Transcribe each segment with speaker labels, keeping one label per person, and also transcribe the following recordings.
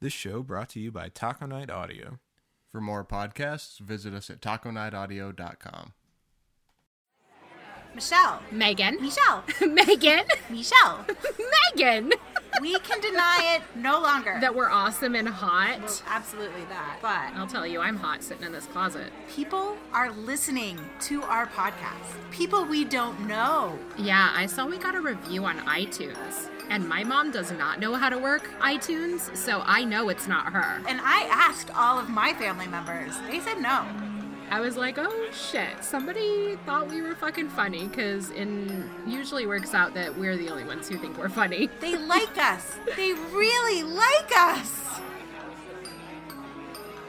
Speaker 1: This show brought to you by Taco Night Audio.
Speaker 2: For more podcasts, visit us at taconightaudio.com.
Speaker 3: Michelle,
Speaker 4: Megan.
Speaker 3: Michelle,
Speaker 4: Megan.
Speaker 3: Michelle,
Speaker 4: Megan.
Speaker 3: we can deny it no longer.
Speaker 4: That we're awesome and hot.
Speaker 3: Absolutely that. But
Speaker 4: I'll tell you, I'm hot sitting in this closet.
Speaker 3: people are listening to our podcast. People we don't know.
Speaker 4: Yeah, I saw we got a review on iTunes. And my mom does not know how to work iTunes, so I know it's not her.
Speaker 3: And I asked all of my family members. They said no.
Speaker 4: I was like, oh shit, somebody thought we were fucking funny, because it usually works out that we're the only ones who think we're funny.
Speaker 3: They like us. They really like us.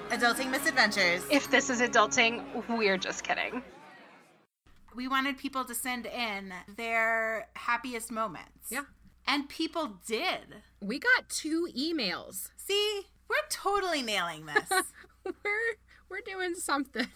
Speaker 3: Adulting Misadventures.
Speaker 5: If this is adulting, we're just kidding.
Speaker 3: We wanted people to send in their happiest moments.
Speaker 4: Yeah.
Speaker 3: And people did.
Speaker 4: We got two emails.
Speaker 3: See, we're totally nailing this.
Speaker 4: we're we're doing something.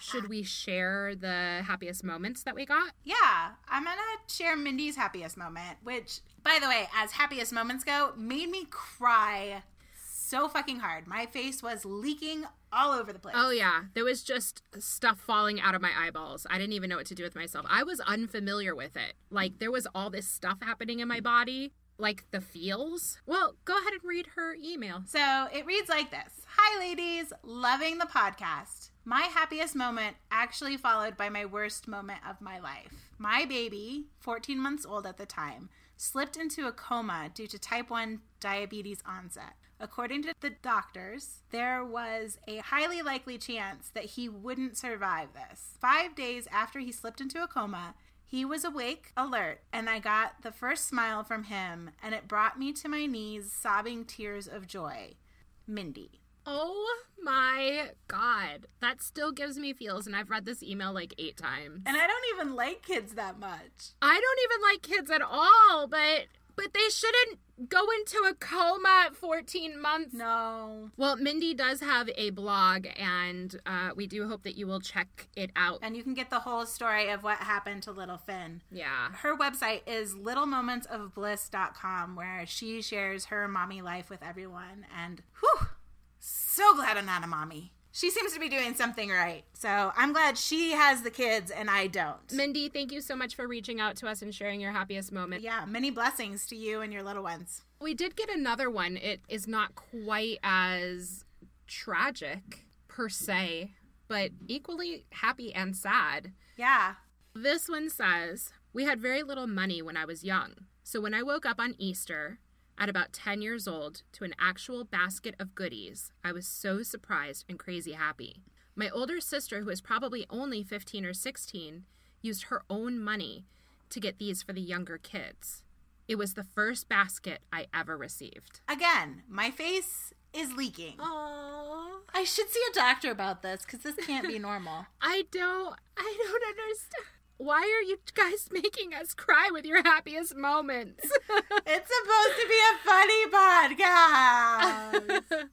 Speaker 4: Should we share the happiest moments that we got?
Speaker 3: Yeah, I'm gonna share Mindy's happiest moment, which, by the way, as happiest moments go, made me cry so fucking hard. My face was leaking all over the place.
Speaker 4: Oh yeah, there was just stuff falling out of my eyeballs. I didn't even know what to do with myself. I was unfamiliar with it. Like there was all this stuff happening in my body, like the feels. Well, go ahead and read her email.
Speaker 3: So it reads like this Hi, ladies, loving the podcast. My happiest moment actually followed by my worst moment of my life. My baby, 14 months old at the time, slipped into a coma due to type 1 diabetes onset. According to the doctors, there was a highly likely chance that he wouldn't survive this. Five days after he slipped into a coma, he was awake, alert, and I got the first smile from him, and it brought me to my knees, sobbing tears of joy. Mindy.
Speaker 4: Oh my god, that still gives me feels, and I've read this email like eight times.
Speaker 3: And I don't even like kids that much.
Speaker 4: I don't even like kids at all, but but they shouldn't go into a coma at 14 months.
Speaker 3: No.
Speaker 4: Well, Mindy does have a blog, and uh, we do hope that you will check it out.
Speaker 3: And you can get the whole story of what happened to little Finn.
Speaker 4: yeah.
Speaker 3: Her website is littlemomentsofbliss.com, where she shares her mommy life with everyone. And whew, so glad I'm not a mommy. She seems to be doing something right. So I'm glad she has the kids and I don't.
Speaker 4: Mindy, thank you so much for reaching out to us and sharing your happiest moment.
Speaker 3: yeah, many blessings to you and your little ones.
Speaker 4: We did get another one. It is not quite as tragic per se, but equally happy and sad.
Speaker 3: Yeah.
Speaker 4: This one says, We had very little money when I was young. So when I woke up on Easter at about 10 years old to an actual basket of goodies, I was so surprised and crazy happy. My older sister, who is probably only 15 or 16, used her own money to get these for the younger kids. It was the first basket I ever received.
Speaker 3: Again, my face is leaking.
Speaker 4: Aww.
Speaker 3: Oh, I should see a doctor about this because this can't be normal.
Speaker 4: I don't I don't understand. Why are you guys making us cry with your happiest moments?
Speaker 3: it's supposed to be a funny podcast.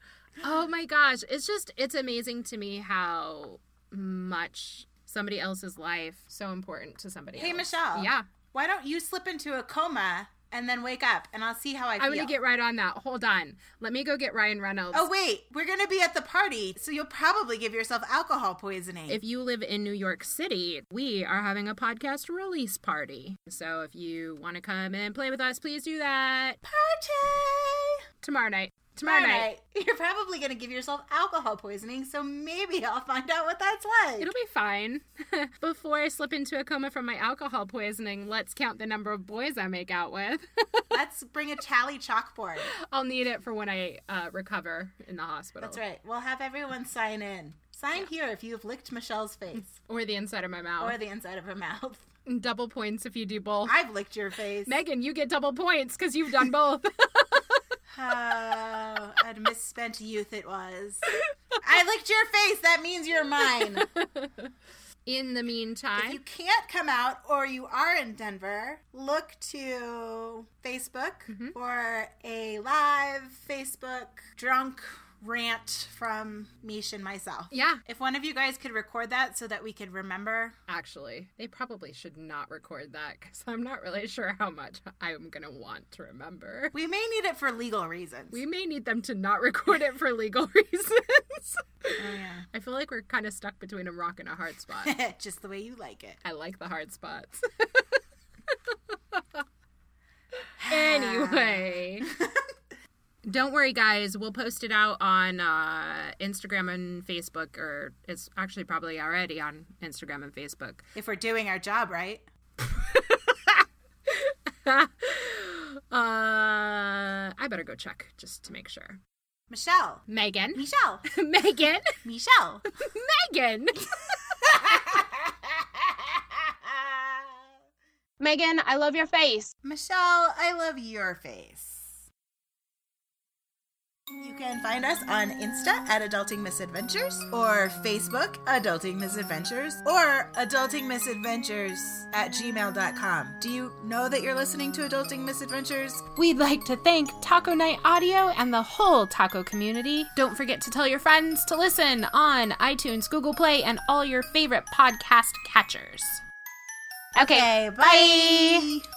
Speaker 4: Oh my gosh, it's just it's amazing to me how much somebody else's life so important to somebody
Speaker 3: hey,
Speaker 4: else.
Speaker 3: Michelle.
Speaker 4: Yeah.
Speaker 3: Why don't you slip into a coma and then wake up and I'll see how I feel.
Speaker 4: I'm going to get right on that. Hold on. Let me go get Ryan Reynolds.
Speaker 3: Oh, wait. We're going to be at the party, so you'll probably give yourself alcohol poisoning.
Speaker 4: If you live in New York City, we are having a podcast release party. So if you want to come and play with us, please do that
Speaker 3: Party!
Speaker 4: tomorrow night. Tomorrow,
Speaker 3: Tomorrow
Speaker 4: night.
Speaker 3: night. You're probably going to give yourself alcohol poisoning, so maybe I'll find out what that's like.
Speaker 4: It'll be fine. Before I slip into a coma from my alcohol poisoning, let's count the number of boys I make out with.
Speaker 3: Let's bring a tally chalkboard.
Speaker 4: I'll need it for when I uh, recover in the hospital.
Speaker 3: That's right. We'll have everyone sign in. Sign here if you've licked Michelle's face
Speaker 4: Or the inside of my
Speaker 3: or
Speaker 4: mouth.
Speaker 3: the inside of her mouth.
Speaker 4: double points if you do both.
Speaker 3: I've licked your face.
Speaker 4: Megan, you get double points because you've done both.
Speaker 3: Oh, a misspent youth it was. I licked your face. That means you're mine.
Speaker 4: In the
Speaker 3: If
Speaker 4: meantime,
Speaker 3: you can't come out or you are in Denver, look
Speaker 4: Mm-hmm.
Speaker 3: to Facebook for a live Facebook drunk rant from Mish and myself.
Speaker 4: Yeah.
Speaker 3: If one of you guys could record that so that we could remember.
Speaker 4: Actually, they probably should not record that because I'm not really sure how much I'm going to want to remember.
Speaker 3: We may need it for legal reasons.
Speaker 4: We may need them to not record it for legal reasons.
Speaker 3: Oh, yeah.
Speaker 4: I feel like we're kind of stuck between a rock and a hard spot.
Speaker 3: Just the way you like it.
Speaker 4: I like the hard spots. anyway. Don't worry, guys. We'll post it out on uh, Instagram and Facebook, or it's actually probably already on Instagram and Facebook.
Speaker 3: If we're doing our job right.
Speaker 4: uh, I better go check just to make sure.
Speaker 3: Michelle.
Speaker 4: Megan.
Speaker 3: Michelle.
Speaker 4: Megan.
Speaker 3: Michelle.
Speaker 4: Megan.
Speaker 5: Megan, I love your face.
Speaker 3: Michelle, I love your face. You can find us on Insta at Adulting Misadventures or Facebook Adulting Misadventures or Adulting Misadventures at gmail.com. Do you know that you're listening to Adulting Misadventures?
Speaker 4: We'd like to thank Taco Night Audio and the whole taco community. Don't forget to tell your friends to listen on iTunes, Google Play, and all your favorite podcast catchers.
Speaker 5: Okay.
Speaker 3: bye.